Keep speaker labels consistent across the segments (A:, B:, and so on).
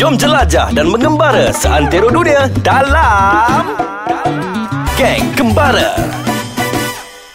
A: Jom jelajah dan mengembara seantero dunia dalam Geng Kembara.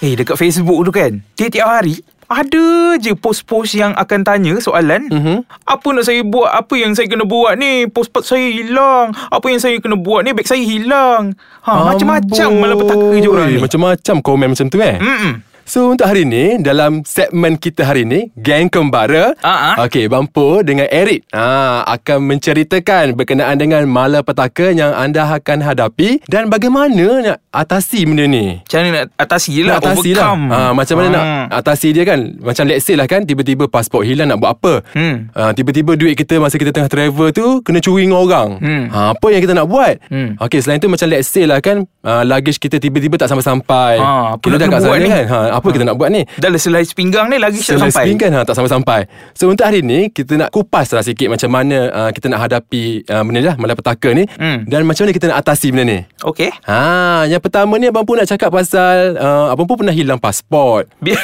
B: Eh dekat Facebook tu kan Tiap-tiap hari Ada je post-post yang akan tanya soalan
C: Mhm.
B: mm-hmm. Apa nak saya buat Apa yang saya kena buat ni Passport saya hilang Apa yang saya kena buat ni Beg saya hilang ha, Macam-macam
C: Amboi.
B: malapetaka je orang ni Hmm.
C: Macam-macam komen macam tu eh
B: Mm-mm.
C: So untuk hari ni Dalam segmen kita hari ni Geng Kembara
B: Ah, ah.
C: Okay Bampo dengan Eric ah, Akan menceritakan Berkenaan dengan malapetaka Yang anda akan hadapi Dan bagaimana nak atasi benda ni
B: Macam mana nak atasi lah
C: nak atasi lah
B: overcome.
C: ha, Macam mana
B: Ah.
C: nak atasi dia kan Macam let's say lah kan Tiba-tiba pasport hilang nak buat apa
B: Hmm.
C: ha, Tiba-tiba duit kita Masa kita tengah travel tu Kena curi dengan orang
B: Hmm.
C: ha, Apa yang kita nak buat
B: Hmm.
C: Okay selain tu macam let's say lah kan uh, Luggage kita tiba-tiba tak sampai-sampai
B: Ha, apa
C: Kita
B: nak
C: dah
B: kena
C: kat
B: buat
C: sana
B: ni?
C: kan ha, Apa kita nak buat ni
B: Dah lah selai sepinggang ni Lagi tak sampai
C: Spin kan ha, tak sampai-sampai So untuk hari ni Kita nak kupas lah sikit Macam mana uh, kita nak hadapi uh, Benda ni lah Malapetaka ni
B: Hmm.
C: Dan macam mana kita nak atasi benda ni
B: Okay
C: Ha, yang pertama ni abang pun nak cakap pasal uh, abang pun pernah hilang pasport.
B: Bi-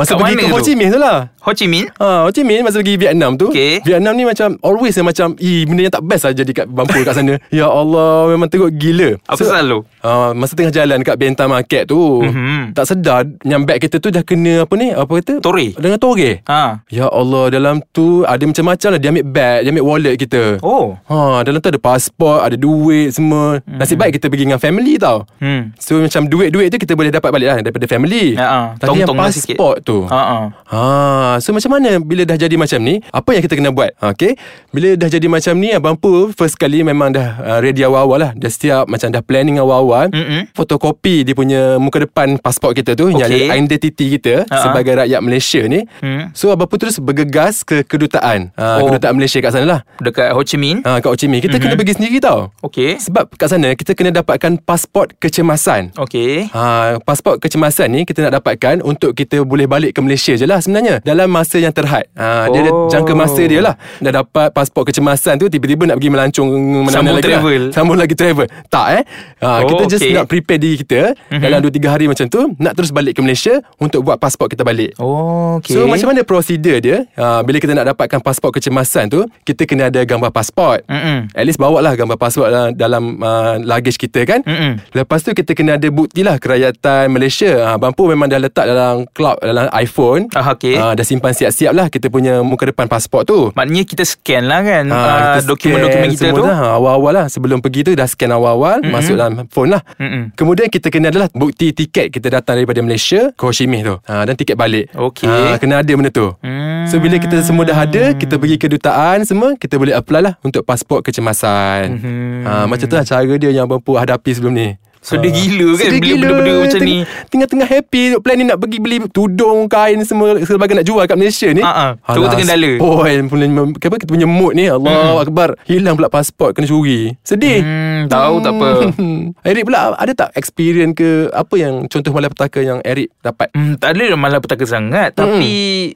C: Masa
B: Kat
C: pergi
B: mana
C: ke Ho
B: tu?
C: Chi Minh tu lah.
B: Ho Chi Minh
C: Ha, Ho Chi Minh masa pergi Vietnam tu
B: Okey.
C: Vietnam ni macam Always yang macam Ih benda yang tak best lah Jadi kat bampu kat sana Ya Allah Memang teruk gila
B: Apa selalu?
C: ha, Masa tengah jalan Kat Bentang Market tu
B: Mhm.
C: Tak sedar Yang beg kita tu Dah kena apa ni Apa kata
B: Toreh.
C: Dengan tore
B: ha.
C: Ya Allah Dalam tu Ada macam-macam lah Dia ambil beg Dia ambil wallet kita
B: Oh
C: Ha, dalam tu ada pasport, ada duit semua. Mm. Nasib baik kita pergi dengan family tau.
B: Hmm.
C: So macam duit-duit tu kita boleh dapat balik lah daripada family.
B: Ha, ha.
C: Tapi yang
B: Tong-tong lah sikit.
C: pasport tu.
B: Ha, ha.
C: Ha, so macam mana bila dah jadi macam ni, apa yang kita kena buat? Ha, okay? Bila dah jadi macam ni, Abang Pu first kali memang dah uh, ready awal-awal lah. Dah siap, macam dah planning awal-awal.
B: Mm-mm.
C: Fotokopi dia punya muka depan pasport kita tu, yang
B: Okay.
C: ada identiti kita
B: Ha, ha.
C: sebagai rakyat Malaysia ni.
B: Mm.
C: So Abang Pu terus bergegas ke kedutaan. Ha,
B: Oh.
C: Kedutaan Malaysia kat sana lah.
B: Dekat Ho Chi Minh
C: Ha, kat Ho Chi Minh
B: Mhm.
C: Kita mm-hmm. kena pergi sendiri tau
B: Okay
C: Sebab kat sana Kita kena dapatkan Pasport
B: Oh.
C: kecemasan
B: Okay
C: Ha, pasport kecemasan ni kita nak dapatkan untuk kita boleh balik ke Malaysia je lah sebenarnya dalam masa yang terhad. Ha, oh. Dia ada
B: Oh.
C: jangka masa dia lah. Dah dapat pasport kecemasan tu tiba-tiba nak pergi melancong
B: Sambung
C: mana-mana lagi
B: travel.
C: Lah. Sambung lagi travel. Tak eh. Ha,
B: Oh, Mhm.
C: kita just
B: okay.
C: nak prepare diri kita mm-hmm. dalam 2-3 hari macam tu nak terus balik ke Malaysia untuk buat pasport kita balik.
B: Oh, okay.
C: So macam mana prosedur dia uh, Bila kita nak dapatkan pasport kecemasan tu Kita kena ada gambar pasport
B: Mm-mm.
C: At least bawa lah gambar pasport lah dalam uh, luggage kita kan
B: Mm-mm.
C: Lepas tu kita kena ada bukti lah kerajatan Malaysia uh, Bampu memang dah letak dalam cloud dalam iPhone
B: Ah, okey.
C: Ah, Dah simpan siap-siap lah kita punya muka depan pasport tu
B: Maknanya kita scan lah kan
C: Ah,
B: ah,
C: kita
B: Dokumen-dokumen
C: scan
B: kita
C: semua
B: tu
C: dah. Ah, Awal-awal lah Sebelum pergi tu Dah scan awal-awal mm-hmm. Masuk dalam phone lah
B: Mm-mm.
C: Kemudian kita kena adalah Bukti tiket Kita datang daripada Malaysia Ke Ho Chi Minh tu ha, Dan tiket balik
B: Okey. Hmm.
C: Ah, Kena ada benda tu mm. So bila kita semua dah ada Kita pergi kedutaan Semua Kita boleh apply lah Untuk pasport kecemasan mm-hmm.
B: Hmm.
C: ha, Macam tu lah cara dia Yang Abang Pu hadapi sebelum ni
B: So dia
C: Ah.
B: gila kan
C: dia
B: bila
C: gila.
B: benda-benda macam ni.
C: Teng- Tengah-tengah happy Plan ni nak pergi beli Tudung, kain semua Sebagai nak jual kat Malaysia ni
B: Ah, ah. Terus
C: Alah,
B: terkendala.
C: Spoil punya, apa, Kita punya mood ni Allah hmm. Akbar Hilang pula pasport Kena curi Sedih
B: Hmm, tahu tak apa.
C: Hmm. Eric pula ada tak experience ke apa yang contoh malapetaka yang Eric dapat?
B: Hmm, tak ada malah petaka sangat Tapi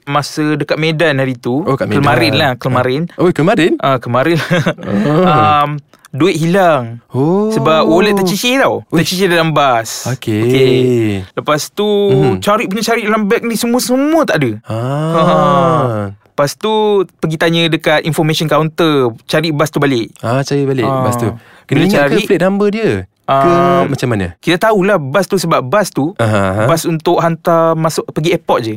B: Masa dekat Medan hari tu
C: Oh, kat Medan.
B: Kemarin lah Kemarin
C: Oh kemarin?
B: ah. kemarin um, Duit hilang
C: Ah. Oh.
B: Ah, Sebab wallet tercicir tau Tercicir dalam bas
C: Okey. Mm-hmm.
B: Okey. Lepas tu Cari punya cari dalam beg ni Semua-semua tak ada
C: Ah.
B: Lepas tu Pergi tanya dekat information counter Cari bas tu balik
C: Ah cari balik
B: Ah.
C: ah. bas tu.
B: Bila
C: Kena ingat
B: cari-
C: ke plate number dia? ke
B: Ah.
C: macam mana?
B: Kita tahulah bas tu sebab bas tu
C: Aha.
B: Bas untuk hantar masuk pergi airport je.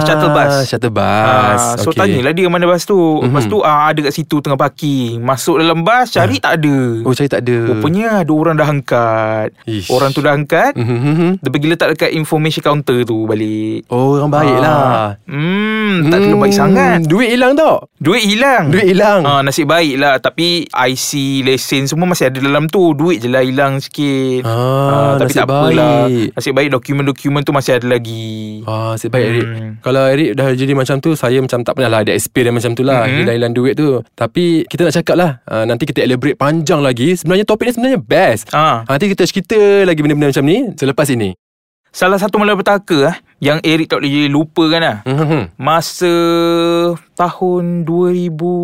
B: Ah, shuttle bus.
C: Shuttle
B: Ah,
C: bus.
B: so
C: Okey. Mhm.
B: tanyalah dia mana bas tu. Lepas tu ah, ada kat situ tengah parking. Masuk dalam bas cari tak ada.
C: Oh cari tak ada.
B: Rupanya ada orang dah angkat.
C: Ish.
B: Orang tu dah angkat.
C: Mhm.
B: Dia pergi letak dekat information counter tu balik.
C: Oh orang baik lah.
B: Hmm, tak kena Ah. baik
C: Hmm,
B: sangat.
C: Duit hilang tak?
B: Duit hilang.
C: Duit hilang.
B: Ah, nasib baik lah Tapi IC, lesen semua masih ada dalam tu Duit je lah hilang sikit
C: Ah,
B: Tapi
C: nasib
B: tak apalah
C: baik. Ah.
B: Nasib baik dokumen-dokumen tu masih ada lagi
C: Wah, nasib baik Eric.
B: Hmm.
C: Kalau Eric dah jadi macam tu, saya macam tak pernah lah ada experience macam tu lah.
B: Mhm.
C: Hilang-hilang duit tu. Tapi kita nak cakap lah. Uh, nanti kita elaborate panjang lagi. Sebenarnya topik ni sebenarnya best.
B: Ah,
C: Nanti kita cerita lagi benda-benda macam ni selepas ini. Mm-hmm.
B: Salah satu malapetaka ah yang Eric tak boleh lupakan lah.
C: Mhm.
B: Masa ah, tahun 2012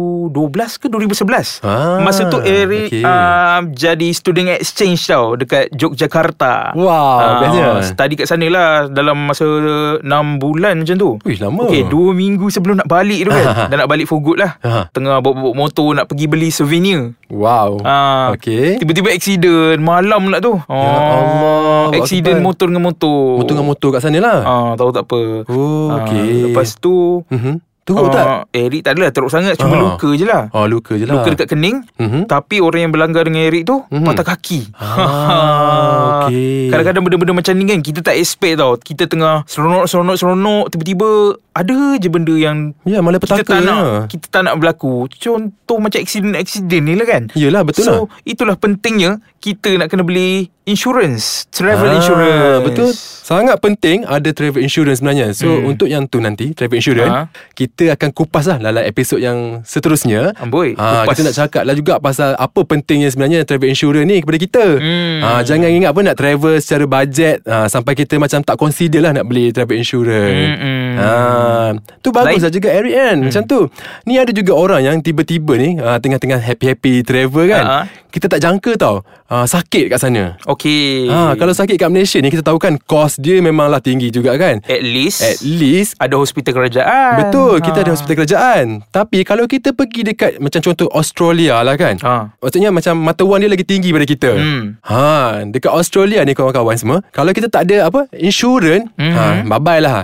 B: ke 2011.
C: Ah,
B: Masa tu Eric
C: okey.
B: okay. uh, jadi student exchange tau dekat Yogyakarta.
C: Wow,
B: ah,
C: bestnya.
B: Study kat sana lah dalam masa 6 bulan macam tu.
C: Wih, lama.
B: Okay, 2 minggu sebelum nak balik tu
C: Ah.
B: kan. dah nak balik for good lah.
C: Ah.
B: Tengah bawa-bawa motor nak pergi beli souvenir.
C: Wow.
B: Ah,
C: Okey. Ya
B: Tiba-tiba accident malam pula tu. Oh,
C: Allah, Akbar.
B: Accident motor dengan motor.
C: Motor dengan motor kat sana lah.
B: Ah, tahu tak apa.
C: Oh,
B: Ah,
C: okey.
B: lepas tu
C: Mhm. Teruk tak?
B: ah, Eric tak adalah teruk sangat cuma
C: Ah.
B: luka je lah.
C: Oh, luka je lah.
B: Luka dekat kening
C: Mhm.
B: Tapi orang yang berlanggar dengan Eric tu
C: Mhm.
B: Patah kaki
C: Ah, okey.
B: Kadang-kadang benda-benda macam ni kan Kita tak expect tau Kita tengah seronok-seronok-seronok Tiba-tiba Ada je benda yang
C: Ya, malah
B: kita
C: petaka.
B: tak nak
C: ya.
B: Kita tak nak berlaku Contoh macam accident-accident ni lah kan
C: Yelah, betul
B: so,
C: lah.
B: itulah pentingnya Kita nak kena beli Insurance Travel insurance
C: Ah, Betul Sangat penting Ada travel insurance sebenarnya So hmm. untuk yang tu nanti Travel insurance
B: Ah.
C: Kita akan kupas lah Dalam episod yang seterusnya
B: Amboi,
C: Ah,
B: kupas.
C: Kita nak cakap lah juga Pasal apa pentingnya sebenarnya Travel insurance ni Kepada kita
B: Hmm.
C: Ah, Jangan ingat pun nak travel Secara bajet ah, Sampai kita macam Tak consider lah Nak beli travel insurance
B: Mm-mm.
C: Ah, tu bagus
B: Hmm, Lain- Hmm.
C: lah juga Eric kan Macam tu Ni ada juga orang yang Tiba-tiba ni ah, Tengah-tengah happy-happy travel kan
B: Ah.
C: Kita tak jangka tau ah, Sakit kat sana
B: Okay
C: Ha, kalau sakit kat Malaysia ni kita tahu kan kos dia memanglah tinggi juga kan.
B: At least
C: At least
B: Ada hospital kerajaan
C: Betul, kita ada hospital kerajaan. Tapi kalau kita pergi dekat macam contoh Australia lah kan.
B: Ha.
C: Maksudnya macam mata wang dia lagi tinggi pada kita.
B: Hmm.
C: Ha, dekat Australia ni kawan-kawan semua, kalau kita tak ada apa insurans, hmm. ha, bye-bye lah.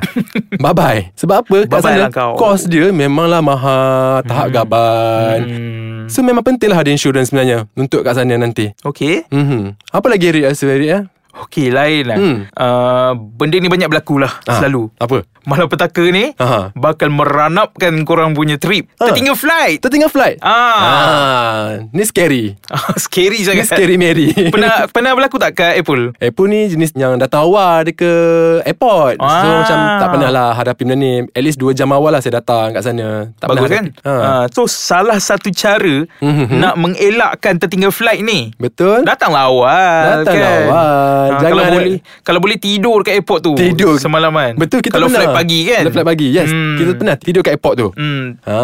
C: bye-bye. Sebab apa?
B: Bye-bye
C: Kat sana
B: lah kau.
C: kos dia memanglah mahal, tahap hmm. gaban.
B: Hmm.
C: So memang penting lah ada insurans sebenarnya untuk kat sana nanti.
B: Okay
C: Mhm. Apa lagi Eric rasa Eric eh?
B: Okay lain lah
C: Hmm.
B: hmm. uh, Benda ni banyak berlaku lah
C: Ah,
B: Selalu
C: Apa?
B: Malapetaka ni
C: Aha.
B: Bakal meranapkan korang punya trip
C: Ah.
B: Tertinggal flight
C: Tertinggal flight
B: Ah.
C: ah. Ni scary
B: Scary
C: Ni
B: sangat
C: scary Mary
B: Pernah pernah berlaku tak kat Apple?
C: Apple ni jenis yang datang awal dia ke airport ah. So
B: Ah.
C: macam tak pernah lah hadapi benda ni At least 2 jam awal lah saya datang kat sana tak
B: Bagus
C: pernah
B: kan?
C: hadapi. ha.
B: Ha. So salah satu cara
C: Mhm.
B: nak mengelakkan tertinggal flight ni
C: Betul
B: Datanglah awal
C: Datanglah
B: kan?
C: awal.
B: Ah,
C: Jangan
B: kalau
C: ada-
B: boleh kalau boleh tidur dekat airport tu
C: Tidur
B: semalaman.
C: Betul kita
B: Kan? kalau
C: pernah
B: flight pagi kan.
C: Kalau flight pagi yes hmm. Kita pernah tidur kat airport tu
B: Hmm.
C: Ha,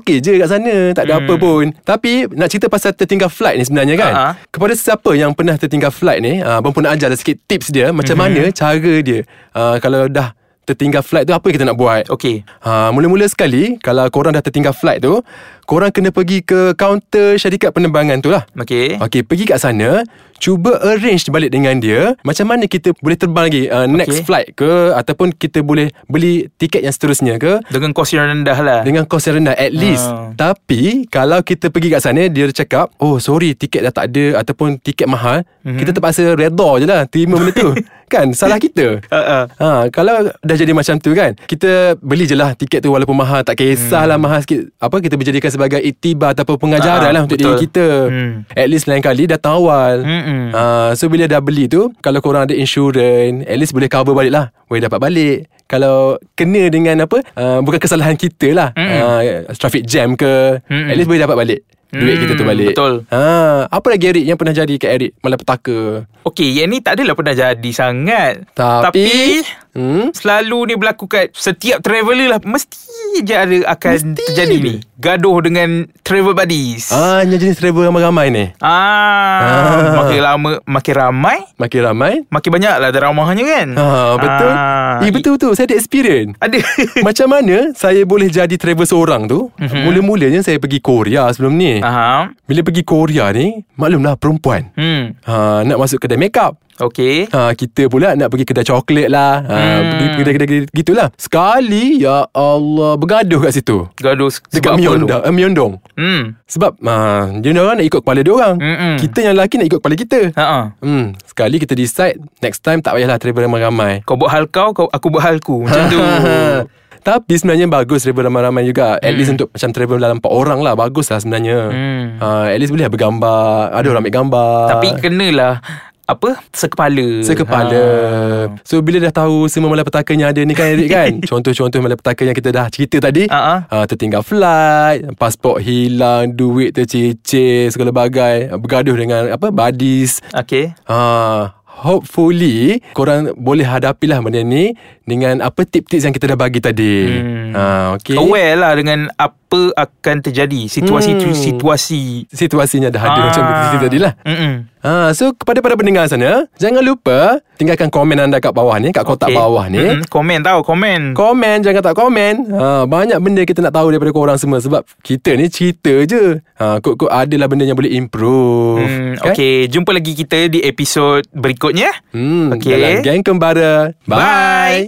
C: okey je kat sana Tak ada hmm. apa pun Tapi nak cerita pasal tertinggal flight ni sebenarnya kan
B: Ha-ha.
C: Kepada siapa yang pernah tertinggal flight ni uh, Abang pun nak ajar lah sikit tips dia Macam
B: Hmm.
C: mana cara dia uh, Kalau dah tertinggal flight tu Apa kita nak buat
B: Okey.
C: Ha, mula-mula sekali kalau korang dah tertinggal flight tu, korang kena pergi ke kaunter syarikat penerbangan tu lah.
B: Okey.
C: Okey, pergi kat sana, cuba arrange balik dengan dia macam mana kita boleh terbang lagi uh,
B: Okey.
C: next flight ke ataupun kita boleh beli tiket yang seterusnya ke
B: Dengan kos yang rendah lah.
C: dengan kos yang rendah at least.
B: Ah.
C: Tapi kalau kita pergi kat sana dia cakap, "Oh, sorry tiket dah tak ada ataupun tiket mahal."
B: Mhm.
C: Kita terpaksa redha je lah terima benda tu. kan? Salah kita.
B: Uh, uh.
C: Ha, kalau dah jadi macam tu kan Kita beli je lah tiket tu walaupun mahal Tak kisahlah mahal sikit Apa kita berjadikan sebagai iktibar Ataupun
B: Hmm.
C: pengajaran
B: Ah,
C: lah untuk
B: betul.
C: diri kita
B: Hmm.
C: At least lain kali datang awal
B: Mm-mm.
C: ha, So bila dah beli tu Kalau korang ada insurans At least boleh cover balik lah Boleh dapat balik kalau kena dengan apa uh, Bukan kesalahan kita lah
B: Hmm.
C: uh, Traffic jam ke
B: Mm-mm.
C: At least boleh dapat balik Duit kita tu
B: Mm,
C: balik
B: betul.
C: ha, Apa lagi Eric yang pernah jadi kat Eric Malapetaka
B: Okey, yang ni tak adalah pernah jadi sangat.
C: Tapi-
B: Tapi
C: Hmm?
B: selalu ni berlaku kat setiap traveller lah. Mesti je ada akan
C: Mesti.
B: Mesti. terjadi ni. Gaduh dengan travel buddies.
C: Ah, yang jenis travel ramai-ramai ni
B: Ah,
C: Ah.
B: makin lama makin ramai,
C: Makin ramai
B: makin banyak lah dramanya kan.
C: Ha, betul.
B: Ah,
C: eh, betul betul. Saya ada experience.
B: Ada.
C: Macam mana saya boleh jadi travel seorang tu?
B: Mhm.
C: Mula-mulanya saya pergi Korea sebelum ni.
B: Aha.
C: Bila pergi Korea ni, maklumlah perempuan.
B: Hmm.
C: Ha, nak masuk kedai makeup.
B: Okey.
C: Ha, kita pula nak pergi kedai coklat lah. Ha,
B: Hmm.
C: pergi kedai-kedai gitulah. Sekali, ya Allah, bergaduh kat situ.
B: Gaduh se- sebab apa
C: Dekat
B: tu?
C: Myeongdong. Eh, Myeongdong.
B: Hmm.
C: Sebab ha, dia orang nak ikut kepala dia orang.
B: Mm-mm.
C: Kita yang lelaki nak ikut kepala kita.
B: Hmm. Ha ah.
C: Hmm, sekali kita decide next time tak payahlah travel ramai-ramai.
B: Kau buat hal kau, kau aku buat hal ku. Macam tu.
C: Ah. Tapi sebenarnya bagus travel ramai-ramai juga At least untuk macam travel dalam 4 orang lah Bagus lah sebenarnya
B: Hmm.
C: ha, At least boleh lah bergambar Ada orang ambil gambar
B: Tapi kenalah apa sekepala.
C: Sekepala
B: Ah.
C: ha. So bila dah tahu semua malapetaka yang ada ni kan Eric kan Contoh-contoh malapetaka yang kita dah cerita tadi
B: Ha-ha.
C: ha, Tertinggal flight Pasport hilang Duit tercicir Segala bagai Bergaduh dengan apa buddies
B: Ha. Okey.
C: ha, hopefully korang boleh hadapilah benda ni dengan apa tips-tips yang kita dah bagi tadi. Hmm. Ha okey.
B: Aware lah dengan apa akan terjadi
C: Hmm.
B: situasi-situasi.
C: situasinya dah ada
B: Ah.
C: macam kita tadi lah.
B: Mm-mm.
C: Ha, so kepada para pendengar sana, jangan lupa tinggalkan komen anda kat bawah ni, kat kotak okay. bawah ni.
B: Mm-mm. Komen tau, komen.
C: Komen jangan tak komen ha, Banyak benda kita nak tahu Daripada korang semua Sebab kita ni cerita je ha, Kod-kod adalah benda yang boleh improve Kan?
B: Hmm, okay, jumpa lagi kita di episod berikutnya.
C: hmm,
B: Okey.
C: Dalam Geng Kembara Bye,
B: Bye.
C: Bye.